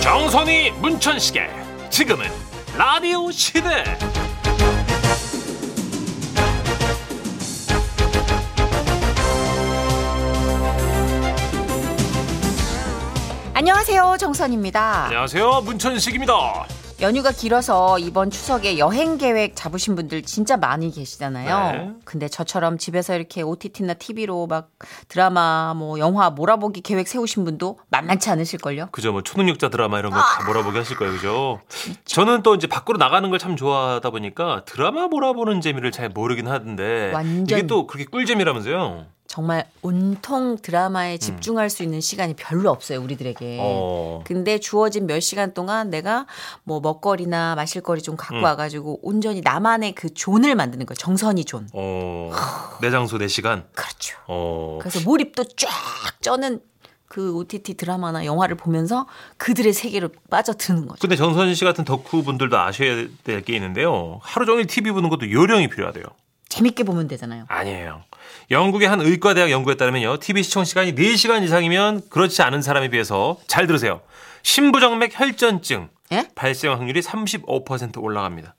정선이 문천식의 지금은 라디오 시대 안녕하세요 정선입니다 안녕하세요 문천식입니다 연휴가 길어서 이번 추석에 여행 계획 잡으신 분들 진짜 많이 계시잖아요 네. 근데 저처럼 집에서 이렇게 OTT나 TV로 막 드라마 뭐 영화 몰아보기 계획 세우신 분도 만만치 않으실걸요 그죠 뭐 초능력자 드라마 이런 거 다 몰아보기 하실 거예요 그죠 저는 또 이제 밖으로 나가는 걸 참 좋아하다 보니까 드라마 몰아보는 재미를 잘 모르긴 하던데 완전. 이게 또 그렇게 꿀잼이라면서요 정말 온통 드라마에 집중할 수 있는 시간이 별로 없어요 우리들에게 어. 근데 주어진 몇 시간 동안 내가 뭐 먹거리나 마실거리 좀 갖고 음. 와가지고 온전히 나만의 그 존을 만드는 거예요 정선이 존 어, 내 장소 내 시간 그렇죠 어. 그래서 몰입도 쫙 쩌는 그 OTT 드라마나 영화를 보면서 그들의 세계로 빠져드는 거죠. 근데 정선희 씨 같은 덕후 분들도 아셔야 될 게 있는데요. 하루 종일 TV 보는 것도 요령이 필요하대요. 재밌게 보면 되잖아요. 아니에요. 영국의 한 의과대학 연구에 따르면요. TV 시청 시간이 4시간 이상이면 그렇지 않은 사람에 비해서 잘 들으세요. 심부정맥 혈전증 예? 발생 확률이 35% 올라갑니다.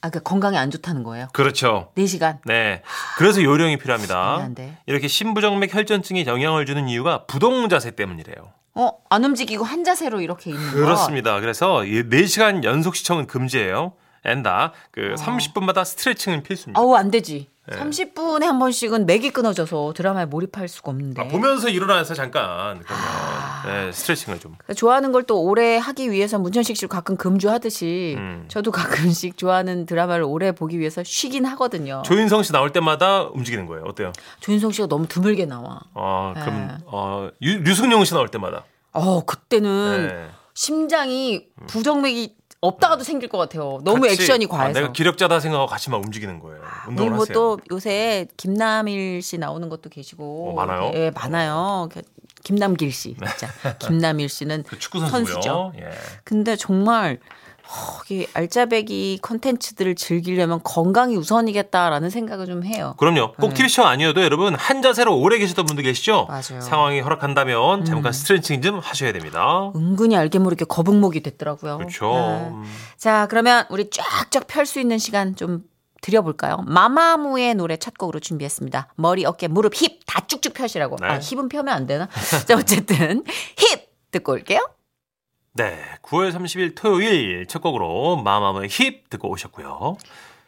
아, 그 건강에 안 좋다는 거예요. 그렇죠. 4시간. 네. 그래서 요령이 필요합니다. 중요한데. 이렇게 심부정맥 혈전증에 영향을 주는 이유가 부동자세 때문이래요. 어, 안 움직이고 한 자세로 이렇게 있는 거. 그렇습니다. 그래서 이 4시간 연속 시청은 금지예요. 엔다. 그 아. 30분마다 스트레칭은 필수입니다. 아우, 안 되지. 예. 30분에 한 번씩은 맥이 끊어져서 드라마에 몰입할 수가 없는데. 아, 보면서 일어나서 잠깐 그러면 아. 네, 스트레칭을 좀. 그러니까 좋아하는 걸 또 오래 하기 위해서 문천식 씨도 가끔 금주하듯이 음. 저도 가끔씩 좋아하는 드라마를 오래 보기 위해서 쉬긴 하거든요. 조인성 씨 나올 때마다 움직이는 거예요. 어때요? 조인성 씨가 너무 드물게 나와. 어, 네. 그럼 어, 유- 류승용 씨 나올 때마다. 어, 그때는 네. 심장이 부정맥이 없다가도 생길 것 같아요. 너무 음. 같이, 액션이 아, 과해서. 아, 내가 기력자다 생각하고 같이 막 움직이는 거예요. 운동을 하세요. 뭐또 요새 김남일 씨 나오는 것도 계시고 어, 많아요? 네. 예, 많아요. 그 김남길 씨 진짜. 김남일 씨는 그 축구 선수고요. 선수죠. 예. 근데 정말 허, 이게 알짜배기 컨텐츠들을 즐기려면 건강이 우선이겠다라는 생각을 좀 해요. 그럼요. 네. 꼭 TV 쇼 아니어도 여러분 한 자세로 오래 계시던 분들 계시죠? 맞아요. 음. 상황이 허락한다면 잠깐 스트레칭 좀 하셔야 됩니다. 은근히 알게 모르게 거북목이 됐더라고요. 그렇죠. 네. 음. 자, 그러면 우리 쫙쫙 펼 수 있는 시간 좀 드려볼까요? 마마무의 노래 첫 곡으로 준비했습니다. 머리, 어깨, 무릎, 힙 다 쭉쭉 펴시라고. 네. 아, 힙은 펴면 안 되나? 자, 어쨌든 힙 듣고 올게요. 네. 9월 30일 토요일 첫 곡으로 마마무의 힙 듣고 오셨고요.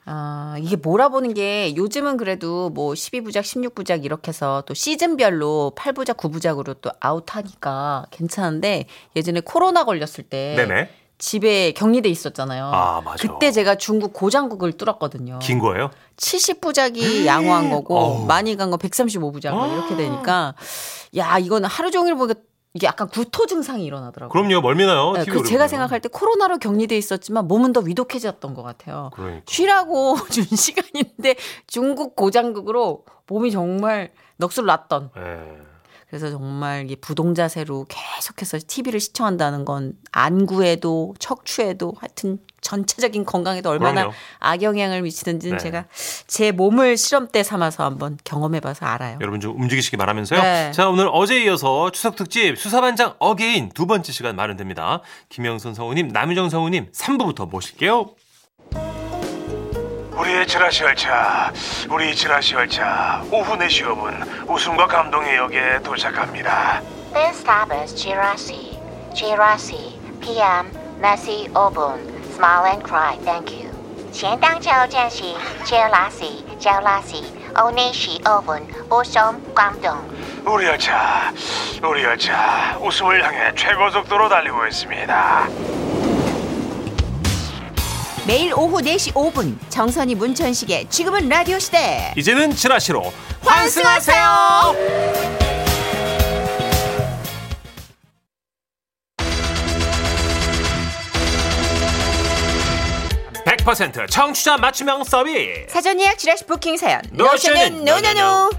아, 이게 몰아보는 게 요즘은 그래도 뭐 12부작, 16부작 이렇게 해서 또 시즌별로 8부작, 9부작으로 또 아웃하니까 괜찮은데 예전에 코로나 걸렸을 때 네네. 집에 격리돼 있었잖아요. 아, 맞아. 어, 그때 제가 중국 고장국을 뚫었거든요. 긴 거예요? 70부작이 양호한 거고 네. 어우. 많이 간 거 135부작 아. 이렇게 되니까 야 이거는 하루 종일 보니까 이게 약간 구토 증상이 일어나더라고요. 그럼요. 멀미나요. 네, TV 그 오래 제가 보면. 생각할 때 코로나로 격리돼 있었지만 몸은 더 위독해졌던 것 같아요. 그러니까. 쉬라고 준 시간인데 중국 고장국으로 몸이 정말 넋을 놨던 예. 그래서 정말 이 부동자세로 계속해서 TV를 시청한다는 건 안구에도 척추에도 하여튼 전체적인 건강에도 얼마나 그럼요. 악영향을 미치는지는 네. 제가 제 몸을 실험 때 삼아서 한번 경험해봐서 알아요. 여러분 좀 움직이시기 바라면서요. 네. 자, 오늘 어제에 이어서 추석 특집 수사반장 어게인 두 번째 시간 마련됩니다. 김영선 성우님, 남유정 성우님 3부부터 모실게요. 우리의 지라시 열차, 우리 지라시 열차 오후 4시 5분 웃음과 감동의 역에 도착합니다. This stop is Chirasi. Chirasi. PM. Nasi Obun. Smile and cry. Thank you. 前当桥站是 Chirasi. Chirasi. Oneshi Obun. Usom Guangdong. 우리 열차, 우리 열차 웃음을 향해 최고 속도로 달리고 있습니다. 예. 매일 오후 4시 5분 정선이 문천식의 지금은 라디오 시대 이제는 지라시로 환승하세요. 환승! 100% 청취자 맞춤형 서비스. 사전 예약 지라시 부킹 사연 노션은 노션은 노노노. 노노노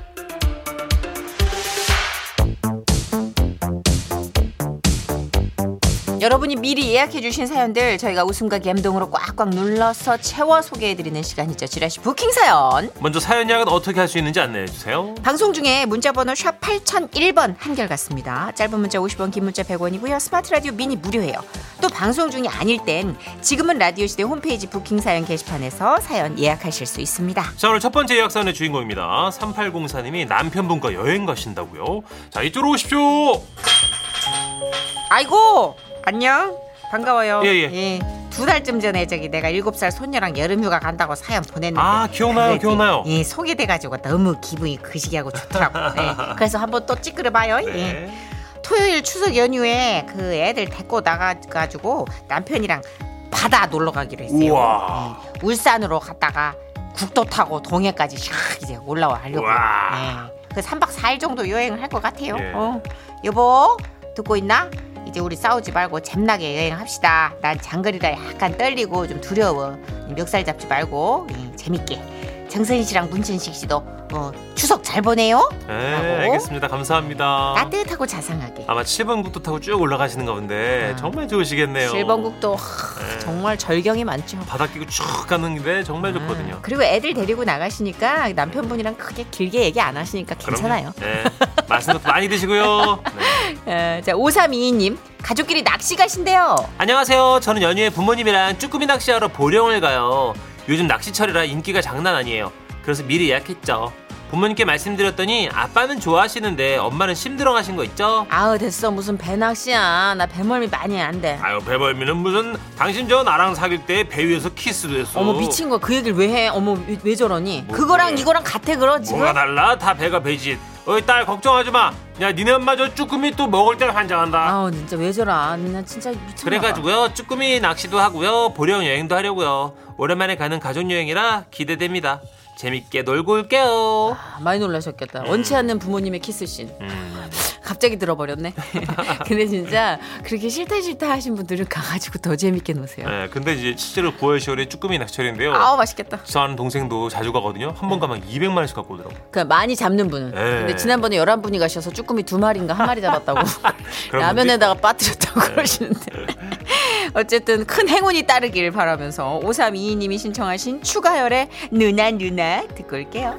여러분이 미리 예약해 주신 사연들 저희가 웃음과 감동으로 꽉꽉 눌러서 채워 소개해 드리는 시간이죠. 지라시 부킹 사연. 먼저 사연 예약은 어떻게 할 수 있는지 안내해 주세요. 방송 중에 문자 번호 샵 8001번 한결 같습니다. 짧은 문자 50원, 긴 문자 100원이고요. 스마트 라디오 미니 무료예요. 또 방송 중이 아닐 땐 지금은 라디오 시대 홈페이지 부킹 사연 게시판에서 사연 예약하실 수 있습니다. 자 오늘 첫 번째 예약 사연의 주인공입니다. 3804님이 남편분과 여행 가신다고요. 자 이쪽으로 오십시오. 아이고 안녕 반가워요. 예, 예. 두 달쯤 전에 저기 내가 일곱 살 손녀랑 여름휴가 간다고 사연 보냈는데 아, 기억나요, 그래도, 기억나요. 예 소개돼가지고 너무 기분이 그시기하고 좋더라고. 예, 그래서 한번 또 찌끄려봐요. 예. 네. 토요일 추석 연휴에 그 애들 데리고 나가가지고 남편이랑 바다 놀러 가기로 했어요. 우와. 예, 울산으로 갔다가 국도 타고 동해까지 샥 이제 올라와려고. 우와. 예. 그 3박 4일 정도 여행을 할 것 같아요. 예. 어. 여보 듣고 있나? 이제 우리 싸우지 말고 잼나게 여행합시다. 난 장거리라 약간 떨리고 좀 두려워. 멱살 잡지 말고 예, 재밌게. 정선희 씨랑 문천식 씨도 어, 추석 잘 보내요. 네, 아, 하고. 알겠습니다. 감사합니다. 따뜻하고 자상하게. 어. 아마 7번 국도 타고 쭉 올라가시는가 본데 아. 정말 좋으시겠네요. 네. 실번국도 하, 정말 절경이 많죠. 바다 끼고 쭉 가는 게 정말 좋거든요. 아, 그리고 애들 데리고 나가시니까 남편분이랑 크게 길게 얘기 안 하시니까 괜찮아요. 그럼요. 네. 맛있는 것도 많이 드시고요. 네. 에, 자, 5322님. 가족끼리 낚시 가신대요. 안녕하세요. 저는 연휴에 부모님이랑 쭈꾸미 낚시하러 보령을 가요. 요즘 낚시철이라 인기가 장난 아니에요. 그래서 미리 예약했죠. 부모님께 말씀드렸더니 아빠는 좋아하시는데 엄마는 심드렁하신 거 있죠? 아우, 됐어. 무슨 배 낚시야. 나 배멀미 많이 안 돼. 아유 배벌미는 무슨 당신 저 나랑 사귈 때 배 위에서 키스도 했어. 어머, 미친 거야. 그 얘기를 왜 해? 어머, 왜, 왜 저러니? 뭐, 그거랑 그래. 이거랑 같아, 그러 지금? 뭐가 달라? 다 배가 배지. 어이 딸 걱정하지 마. 야 니네 엄마 저 쭈꾸미 또 먹을 때 환장한다. 아우, 진짜 왜 저러? 나 진짜 미쳤나 봐. 그래가지고요 쭈꾸미 낚시도 하고요 보령 여행도 하려고요 오랜만에 가는 가족 여행이라 기대됩니다. 재밌게 놀고 올게요. 아, 많이 놀라셨겠다. 원치 않는 부모님의 키스씬. 음, 갑자기 들어버렸네. 근데 진짜 그렇게 싫다 싫다 하신 분들은 가가지고 더 재밌게 노세요. 네, 근데 이제 실제로 9월 10월에 쭈꾸미 낚시철인데요. 아우 맛있겠다. 저는 동생도 자주 가거든요. 한 번 가면 200만 원씩 갖고 오더라고. 요 그 많이 잡는 분은. 네. 근데 지난번에 11분이 가셔서 쭈꾸미 두 마리인가 한 마리 잡았다고. 라면에다가 빠뜨렸다고 예. 그러시는데. 어쨌든 큰 행운이 따르길 바라면서 5322님이 신청하신 추가열의 누나 누나 듣고 올게요.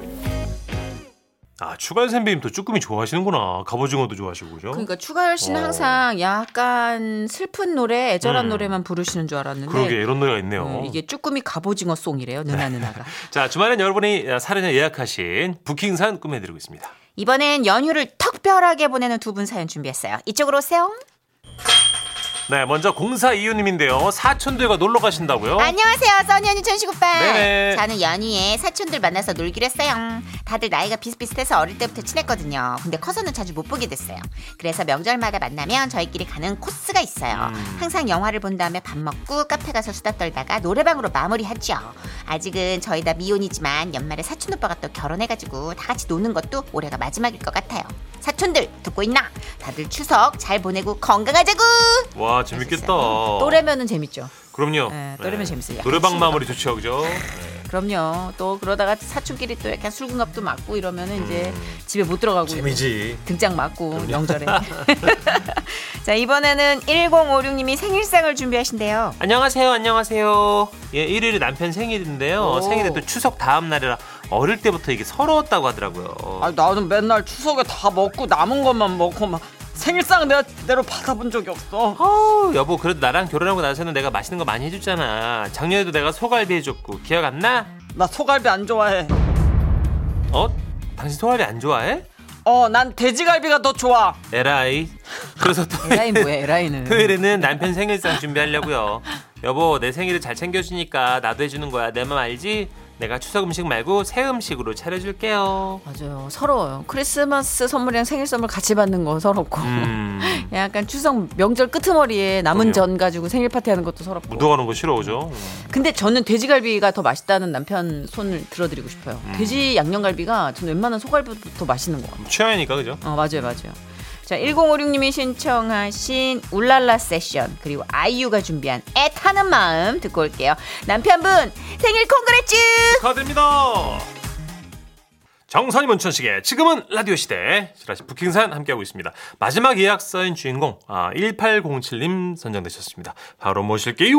아 추가 선배님도 쭈꾸미 좋아하시는구나. 갑오징어도 좋아하시고 그죠? 그러니까 추가열 씨는 어. 항상 약간 슬픈 노래, 애절한 음. 노래만 부르시는 줄 알았는데. 그러게 이런 노래가 있네요. 음, 이게 쭈꾸미 갑오징어 송이래요. 누나 누나가. 자 주말엔 여러분이 사례를 예약하신 부킹산 꾸며드리고 있습니다. 이번엔 연휴를 특별하게 보내는 두 분 사연 준비했어요. 이쪽으로 오세요. 네, 먼저 공사 이유님인데요. 사촌들과 놀러 가신다고요? 안녕하세요, 써니 언니 천식 오빠. 어? 네네. 저는 연휴에 사촌들 만나서 놀기로 했어요. 다들 나이가 비슷비슷해서 어릴 때부터 친했거든요. 근데 커서는 자주 못 보게 됐어요. 그래서 명절마다 만나면 저희끼리 가는 코스가 있어요. 음. 항상 영화를 본 다음에 밥 먹고 카페 가서 수다 떨다가 노래방으로 마무리하죠. 아직은 저희 다 미혼이지만 연말에 사촌 오빠가 또 결혼해가지고 다 같이 노는 것도 올해가 마지막일 것 같아요. 사촌들 듣고 있나? 다들 추석 잘 보내고 건강하자고. 와 재밌겠다. 또래면은 재밌죠. 그럼요. 네, 또래면 재밌어요. 약간 노래방 친구가. 마무리 좋죠, 그죠? 그럼요. 또 그러다가 사촌끼리 또 약간 술궁합도 맞고 이러면은 이제 집에 못 들어가고 음. 재미지. 등짝 맞고 명절에. 자 이번에는 1056님이 생일상을 준비하신대요. 안녕하세요, 안녕하세요. 예, 1일이 남편 생일인데요. 오. 생일에 또 추석 다음 날이라 어릴 때부터 이게 서러웠다고 하더라고요. 나는 맨날 추석에 다 먹고 남은 것만 먹고 막 생일상 내가 제대로 받아본 적이 없어. 아우, 여보, 그래도 나랑 결혼하고 나서는 내가 맛있는 거 많이 해줬잖아. 작년에도 내가 소갈비 해줬고 기억 안 나? 나 소갈비 안 좋아해. 어? 당신 소갈비 안 좋아해? 어, 난 돼지갈비가 더 좋아. 에라이. 그래서 또 에라인 뭐야 에라인은. 토요일에는 남편 생일상 준비하려고요. 여보, 내 생일을 잘 챙겨주니까 나도 해주는 거야. 내 맘 알지? 내가 추석 음식 말고 새 음식으로 차려줄게요. 맞아요. 서러워요. 크리스마스 선물이랑 생일 선물 같이 받는 거 서럽고. 음, 약간 추석 명절 끄트머리에 그럼요. 남은 전 가지고 생일 파티 하는 것도 서럽고. 묻어가는 뭐 거 싫어, 그죠? 음, 근데 저는 돼지갈비가 더 맛있다는 남편 손을 들어드리고 싶어요. 음. 돼지 양념갈비가 저는 웬만한 소갈비부터 맛있는 것 같아요. 취향이니까, 그죠? 어, 맞아요, 맞아요. 자, 1056님이 신청하신 울랄라 세션, 그리고 아이유가 준비한 애타는 마음 듣고 올게요. 남편분, 생일 콩그레츠! 축하드립니다. 정선이 문천식의 지금은 라디오 시대 지라시 북킹산 함께하고 있습니다. 마지막 예약서인 주인공 아, 1807님 선정되셨습니다. 바로 모실게요.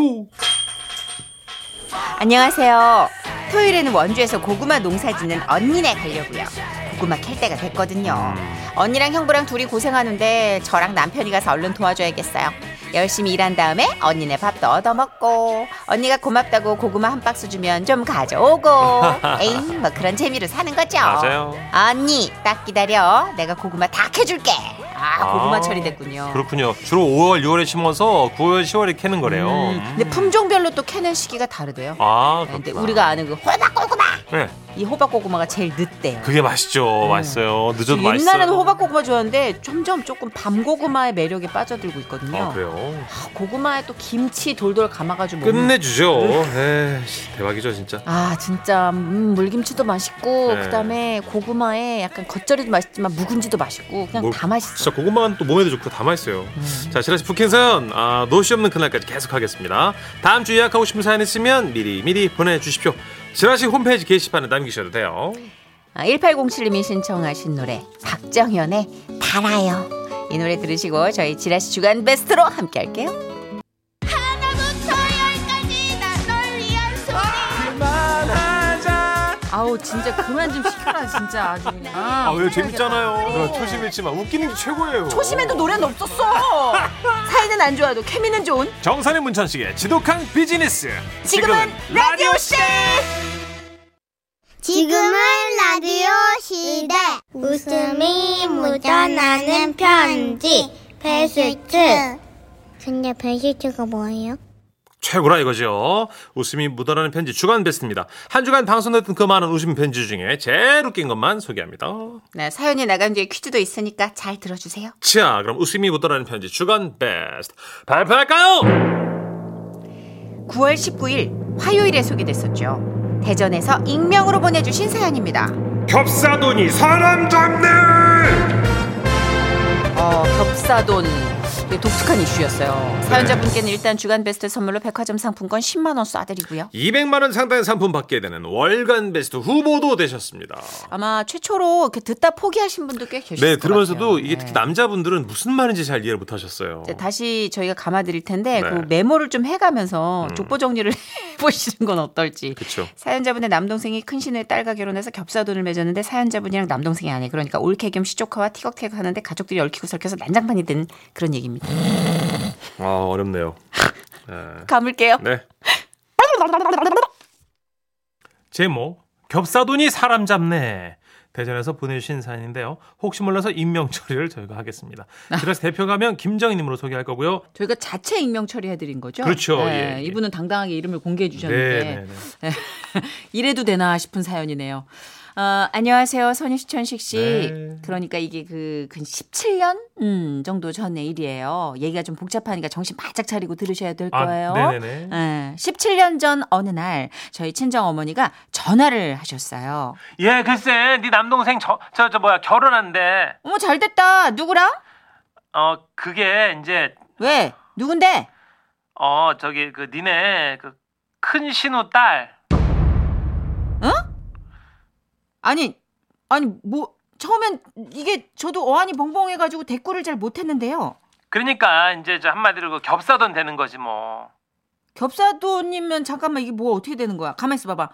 안녕하세요. 토요일에는 원주에서 고구마 농사 짓는 언니네 가려고요. 고구마 캘 때가 됐거든요. 음. 언니랑 형부랑 둘이 고생하는데 저랑 남편이 가서 얼른 도와줘야겠어요. 열심히 일한 다음에 언니네 밥도 얻어먹고 언니가 고맙다고 고구마 한 박스 주면 좀 가져오고 에이 뭐 그런 재미로 사는 거죠. 맞아요. 언니 딱 기다려. 내가 고구마 다 캐줄게. 아, 아, 고구마 처리됐군요. 그렇군요. 주로 5월, 6월에 심어서 9월, 10월에 캐는 거래요. 음, 음. 근데 품종별로 또 캐는 시기가 다르대요. 아, 근데 그렇구나. 우리가 아는 그 호박 고구마 네, 이 호박 고구마가 제일 늦대요. 그게 맛있죠. 맛있어요. 늦어도 옛날에는 맛있어요. 호박 고구마 좋아했는데 점점 조금 밤 고구마의 매력에 빠져들고 있거든요. 아, 그래요. 아, 고구마에 또 김치 돌돌 감아가지고 먹는. 끝내주죠. 에이, 대박이죠, 진짜. 아 진짜 음, 물김치도 맛있고 네. 그다음에 고구마에 약간 겉절이도 맛있지만 묵은지도 맛있고 그냥 뭘- 다 맛있어. 진짜 고구마는 또 몸에도 좋고 다 맛있어요. 자, 지라시 북행선 아, 노시 없는 그날까지 계속하겠습니다. 다음 주 예약하고 싶은 사연 있으면 미리 미리 보내주십시오. 지라시 홈페이지 게시판에 남기셔도 돼요. 아, 1807님이 신청하신 노래 박정현의 달아요. 이 노래 들으시고 저희 지라시 주간 베스트로 함께 할게요. 아우 진짜 그만 좀 시켜라 진짜 아주 그냥. 아, 왜 재밌잖아요. 초심 잃지만 웃기는 게 최고예요. 초심에도 노래는 없었어. 사이는 안 좋아도 케미는 좋은 정선의 문천식의 지독한 비즈니스. 지금은 라디오 씨. 지금은 라디오 시대. 웃음이 묻어나는 편지. 베스트. 근데 베스트가 뭐예요? 최고라 이거죠. 웃음이 묻어나는 편지 주간 베스트입니다. 한 주간 방송됐던 그 많은 웃음 편지 중에 제일 웃긴 것만 소개합니다. 네, 사연이 나간 뒤에 퀴즈도 있으니까 잘 들어주세요. 자, 그럼 웃음이 묻어나는 편지 주간 베스트 발표할까요? 9월 19일 화요일에 소개됐었죠. 대전에서 익명으로 보내주신 사연입니다. 겹사돈이 사람 잡네. 어, 겹사돈 이게 독특한 네. 이슈였어요. 사연자분께는 일단 주간 베스트 선물로 백화점 상품권 10만 원 쏴드리고요. 200만 원 상당의 상품 받게 되는 월간 베스트 후보도 되셨습니다. 아마 최초로 이렇게 듣다 포기하신 분도 꽤 계실 네, 것 들으면서도 같아요. 이게 특히 남자분들은 무슨 말인지 잘 이해를 못 하셨어요. 이제 다시 저희가 감아드릴 텐데 네. 음. 그 메모를 좀 해가면서 족보 정리를 해보시는 건 어떨지. 그쵸. 사연자분의 남동생이 큰 시누의 딸과 결혼해서 겹사돈을 맺었는데 사연자분이랑 남동생이 아내 그러니까 올케 겸 시조카와 티격태격 하는데 가족들이 얽히고 설켜서 난장판이 된 그런 얘기입니다. 네. 아, 어렵네요. 네. 감을게요. 네. 제목 겹사돈이 사람 잡네. 대전에서 보내주신 사연인데요. 혹시 몰라서 임명 처리를 저희가 하겠습니다. 아. 그래서 대표 가면 김정희님으로 소개할 거고요. 저희가 자체 익명 처리해드린 거죠? 그렇죠. 네, 예, 예. 이분은 당당하게 이름을 공개해 네, 네, 주셨는데 네. 이래도 되나 싶은 사연이네요. 어, 안녕하세요, 선유시천식 씨. 네. 그러니까 이게 그, 근 17년 음, 정도 전의 일이에요. 얘기가 좀 복잡하니까 정신 바짝 차리고 들으셔야 될 아, 거예요. 네네네. 예, 17년 전 어느 날 저희 친정 어머니가 전화를 하셨어요. 예, 글쎄, 네 남동생 저 저 저 뭐야 결혼한대. 어머 잘됐다. 누구라? 어 그게 이제 왜? 누군데? 어 저기 그 니네 그 큰 신우 딸. 아니 아니 뭐 처음엔 이게 저도 어안이 벙벙해가지고 대꾸를 잘 못했는데요. 그러니까 이제 저 한마디로 그 겹사돈 되는 거지 뭐. 겹사돈이면 잠깐만 이게 뭐 어떻게 되는 거야? 가만 있어 봐봐.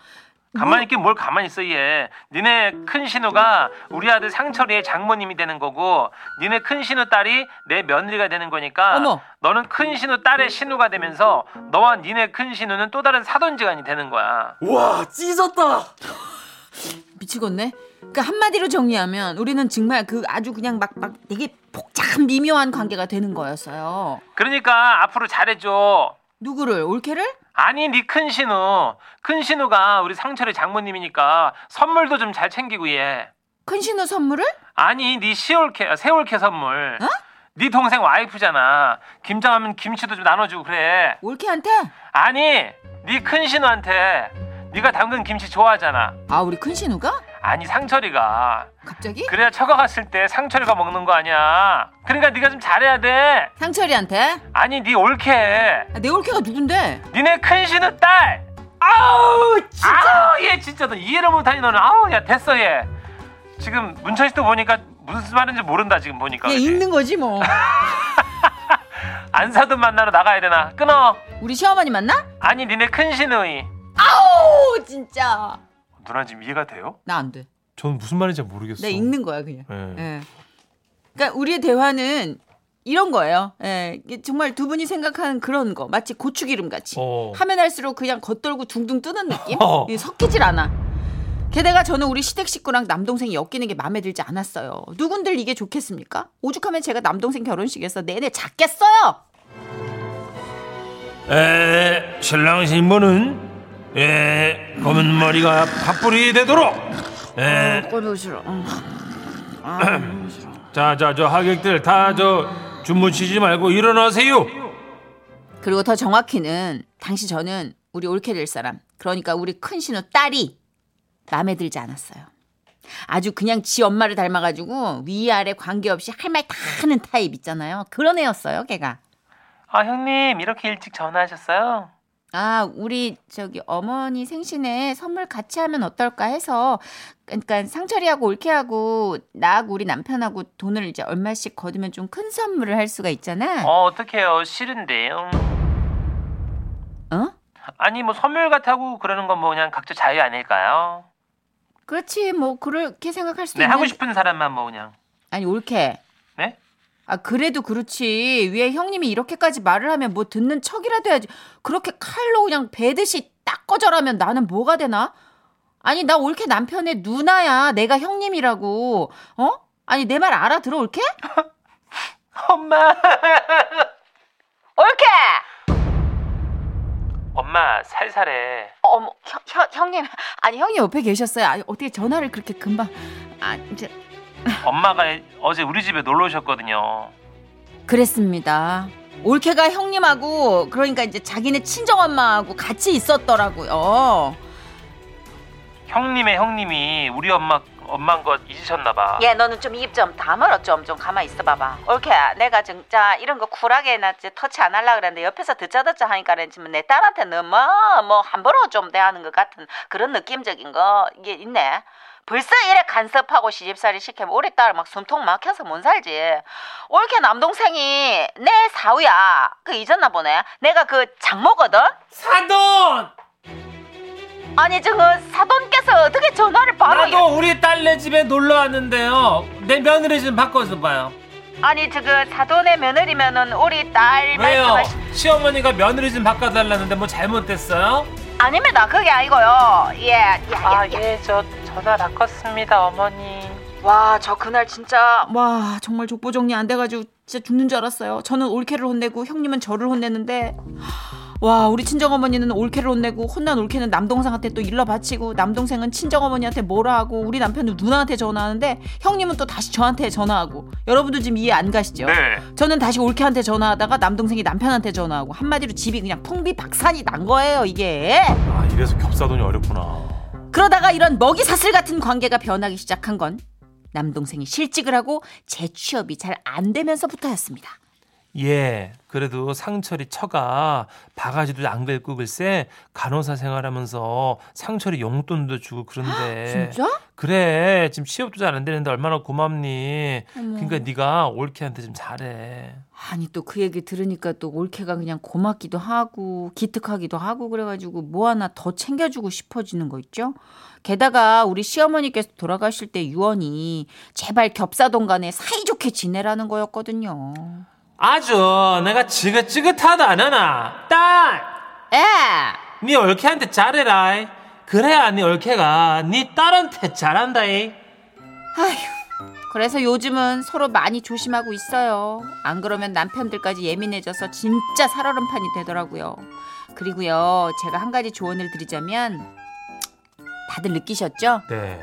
가만히 있긴 뭘 가만히 있어 얘 니네 큰 신우가 우리 아들 상철이의 장모님이 되는 거고 니네 큰 신우 딸이 내 며느리가 되는 거니까 어머. 너는 큰 신우 딸의 신우가 되면서 너와 니네 큰 신우는 또 다른 사돈지간이 되는 거야 미치겠네. 그러니까 한마디로 정리하면 우리는 정말 그 아주 그냥 막 막 되게 복잡 미묘한 관계가 되는 거였어요. 그러니까 앞으로 잘해줘 누구를 올케를? 아니 니 큰 신우 큰 신우가 우리 상철이 장모님이니까 선물도 좀 잘 챙기고 얘 큰 신우 선물을? 아니 니 시올캐 세올캐 선물 니 동생 와이프잖아 김장하면 김치도 좀 나눠주고 그래 올케한테? 아니, 네 큰 신우한테 네가 담근 김치 좋아하잖아. 아 우리 큰 신우가? 아니 상철이가 갑자기? 그래야 처가 갔을 때 상철이가 먹는 거 아니야. 그러니까 네가 좀 잘해야 돼. 상철이한테? 아니 네 올케. 아, 내 올케가 누군데? 니네 큰 신우 딸. 아우 진짜. 아우 얘 진짜 너 이해를 못하니 너는 아우 야 됐어 얘. 지금 문찬 씨도 보니까 무슨 말인지 모른다 지금 보니까. 얘 그치? 읽는 거지 뭐. 안 사든 만나러 나가야 되나? 끊어. 우리 시어머니 만나? 아니 니네 큰 시누이. 아우 진짜. 누나 지금 이해가 돼요? 나 안 돼. 저는 무슨 말인지 모르겠어. 나 읽는 거야 그냥. 네. 예. 그러니까 우리의 대화는 이런 거예요. 예. 이게 정말 두 분이 생각하는 그런 거 마치 고추기름 같이 어. 하면 할수록 그냥 겉돌고 둥둥 뜨는 느낌. 어. 예, 섞이질 않아. 게다가 저는 우리 시댁 식구랑 남동생이 엮이는 게 마음에 들지 않았어요. 누군들 이게 좋겠습니까? 오죽하면 제가 남동생 결혼식에서 내내 잤겠어요. 에 네, 신랑 신부는 에 검은 머리가 파뿌리 되도록 에 꼴보기 싫어. 응. 자 자 저 하객들 다 저 주무시지 말고 일어나세요. 그리고 더 정확히는 당시 저는 우리 올케 될 사람 그러니까 우리 큰 신우 딸이 마음에 들지 않았어요. 아주 그냥 지 엄마를 닮아가지고 위아래 관계없이 할 말 다 하는 타입 있잖아요. 그런 애였어요, 걔가. 아 형님 이렇게 일찍 전화하셨어요? 아, 우리 저기 어머니 생신에 선물 같이 하면 어떨까 해서 그러니까 상철이하고 올케하고 나하고 우리 남편하고 돈을 이제 얼마씩 거두면 좀 큰 선물을 할 수가 있잖아. 어 어떡해요 싫은데요. 어? 아니 뭐 선물 같다고 그러는 건 뭐 그냥 각자 자유 아닐까요? 그렇지 뭐 그렇게 생각할 수도 네 하고 있는- 싶은 사람만 뭐 그냥. 아니 올케. 네? 아 그래도 그렇지 위에 형님이 이렇게까지 말을 하면 뭐 듣는 척이라도 해야지 그렇게 칼로 그냥 베듯이 딱 거절하면 나는 뭐가 되나? 아니 나 올케 남편의 누나야 내가 형님이라고 어? 아니 내 말 알아들어 올케? 엄마 올케! 엄마 살살해. 어머, 형, 형, 형님. 아니 형이 옆에 계셨어요 아니 어떻게 전화를 그렇게 금방 아 이제 엄마가 어제 우리 집에 놀러 오셨거든요. 그랬습니다 올케가 형님하고 그러니까 이제 자기네 친정엄마하고 같이 있었더라고요 형님의 형님이 우리 엄마 엄마인 것 잊으셨나 봐. 예. 얘 예, 너는 좀 입 좀 다물어 좀 좀 가만히 있어 봐봐. 올케 내가 진짜 이런 거 쿨하게 나 이제 터치 안 하려 그랬는데 옆에서 듣자 듣자 하니까 지금 내 딸한테 너무 뭐 함부로 좀 대하는 것 같은 그런 느낌적인 거 이게 있네. 벌써 이래 간섭하고 시집살이 시키면 우리 딸 막 숨통 막혀서 못 살지. 올케 남동생이 내 사우야. 그 잊었나 보네. 내가 그 장모거든. 사돈! 아니 저거 그 사돈께서 어떻게 전화를 바로 이- 나도 우리 딸네 집에 놀러 왔는데요. 내 며느리 좀 바꿔서 봐요. 아니 저거 그 사돈의 며느리면은 우리 딸 왜요? 말씀하시 시어머니가 며느리 좀 바꿔달라는데 뭐 잘못됐어요? 아닙니다 그게 아니고요 예예와 아예저 전화 바꿨습니다 어머니. 저 그날 진짜 와 정말 족보 정리 안 돼가지고 진짜 죽는 줄 알았어요. 저는 올케를 혼내고 형님은 저를 혼내는데 와 우리 친정 어머니는 올케를 혼내고 혼난 올케는 남동생한테 또 일러 바치고 남동생은 친정 어머니한테 뭐라 하고 우리 남편은 누나한테 전화하는데 형님은 또 다시 저한테 전화하고 여러분도 지금 이해 안 가시죠? 네. 저는 다시 올케한테 전화하다가 남동생이 남편한테 전화하고 한마디로 집이 그냥 풍비박산이 난 거예요 이게. 아 이래서 겹사돈이 어렵구나. 그러다가 이런 먹이 사슬 같은 관계가 변하기 시작한 건 남동생이 실직을 하고 재취업이 잘 안 되면서부터였습니다. 예. 그래도 상철이 처가 바가지도 안 긁고 글쎄 간호사 생활하면서 상철이 용돈도 주고 그런데 그래 지금 취업도 잘 안 되는데 얼마나 고맙니 그러니까 네가 올케한테 좀 잘해 아니 또 그 얘기 들으니까 또 올케가 그냥 고맙기도 하고 기특하기도 하고 그래가지고 뭐 하나 더 챙겨주고 싶어지는 거 있죠. 게다가 우리 시어머니께서 돌아가실 때 유언이 제발 겹사돈 간에 사이좋게 지내라는 거였거든요. 아주 내가 지긋지긋하다 안 하나. 딸! 에! 네 올케한테 잘해라. 그래야 네 올케가 네 딸한테 잘한다잉. 그래서 요즘은 서로 많이 조심하고 있어요. 안 그러면 남편들까지 예민해져서 진짜 살얼음판이 되더라고요. 그리고요, 제가 한 가지 조언을 드리자면, 다들 느끼셨죠? 네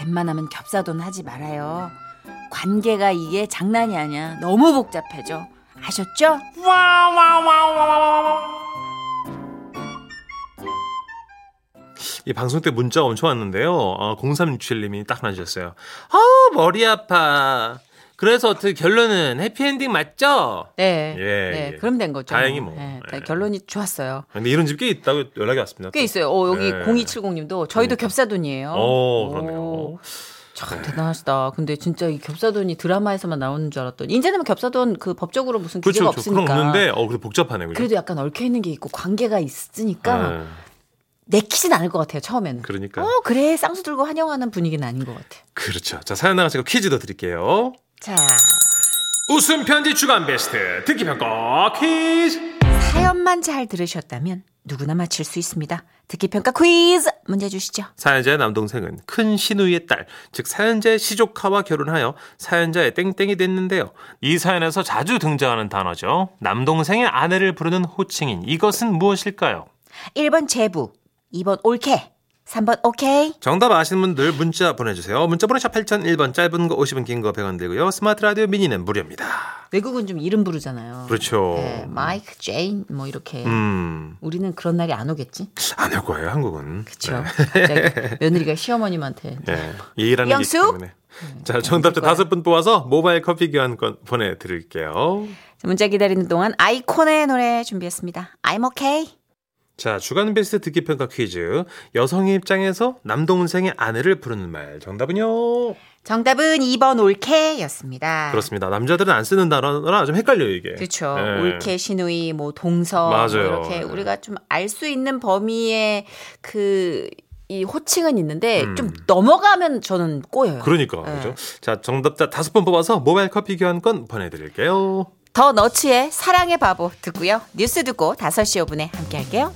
웬만하면 겹사돈 하지 말아요. 관계가 이게 장난이 아니야. 너무 복잡해져. 아셨죠? 이 방송 때 문자 가 엄청 왔는데요. 어, 0367님이 딱 하나 주셨어요. 아우 머리 아파. 그래서 어떻게 결론은 해피엔딩 맞죠? 네, 예, 네 예. 그럼 된 거죠 다행히 뭐. 네, 예. 결론이 좋았어요 근데 이런 집 꽤 있다고 연락이 왔습니다. 꽤 있어요 어 여기 네. 음. 0270님도 저희도 그러니까. 겹사돈이에요 어, 오. 그러네요. 참 대단하시다. 근데 진짜 이 겹사돈이 드라마에서만 나오는 줄 알았더니 이제는 겹사돈 그 법적으로 무슨 규제가 그렇죠. 그렇죠. 없으니까. 그럼 없는데 어 그래 복잡하네 그죠? 그래도 약간 얽혀 있는 게 있고 관계가 있으니까 예. 내키진 않을 것 같아요 처음에는. 그러니까 어 그래 쌍수 들고 환영하는 분위기는 아닌 것 같아. 그렇죠. 자 사연 나가 제가 퀴즈 더 드릴게요. 자 웃음 편지 주간 베스트 듣기 평가 퀴즈. 사연만 잘 들으셨다면 누구나 맞힐 수 있습니다. 듣기 평가 퀴즈 문제 주시죠. 사연자의 남동생은 큰 시누이의 딸, 즉 사연자의 시조카와 결혼하여 사연자의 땡땡이 됐는데요. 이 사연에서 자주 등장하는 단어죠. 남동생의 아내를 부르는 호칭인 이것은 무엇일까요? 1번 제부, 2번 올케, 3번 오케이. 정답 아시는 분들 문자 보내주세요. 문자 보내샵 8001번 짧은 거 50원 긴 거 100원 들고요. 스마트 라디오 미니는 무료입니다. 외국은 좀 이름 부르잖아요. 그렇죠. 네, 마이크, 제인 뭐 이렇게. 음, 우리는 그런 날이 안 오겠지. 안 올 거예요 한국은. 그렇죠. 갑자기 며느리가 시어머님한테 예, 예의라는 게 있기 영수? 때문에. 자, 정답자 다섯 분 뽑아서 모바일 커피 교환권 보내드릴게요. 문자 기다리는 동안 아이콘의 노래 준비했습니다. I'm okay. 자, 주간 베스트 듣기 평가 퀴즈. 여성의 입장에서 남동생의 아내를 부르는 말. 정답은요? 정답은 2번 올케였습니다. 그렇습니다. 남자들은 안 쓰는 단어라 좀 헷갈려요, 이게. 아. 그렇죠. 예. 올케, 시누이, 뭐 동서 뭐 맞아요. 네. 이렇게 우리가 좀 알 수 있는 범위의 그 이 호칭은 있는데 음. 좀 넘어가면 저는 꼬여요. 그러니까. 그죠? 자, 정답자 다섯 분 뽑아서 모바일 커피 교환권 보내드릴게요. 더 너츠의 사랑의 바보 듣고요. 뉴스 듣고 5시 5분에 함께 할게요.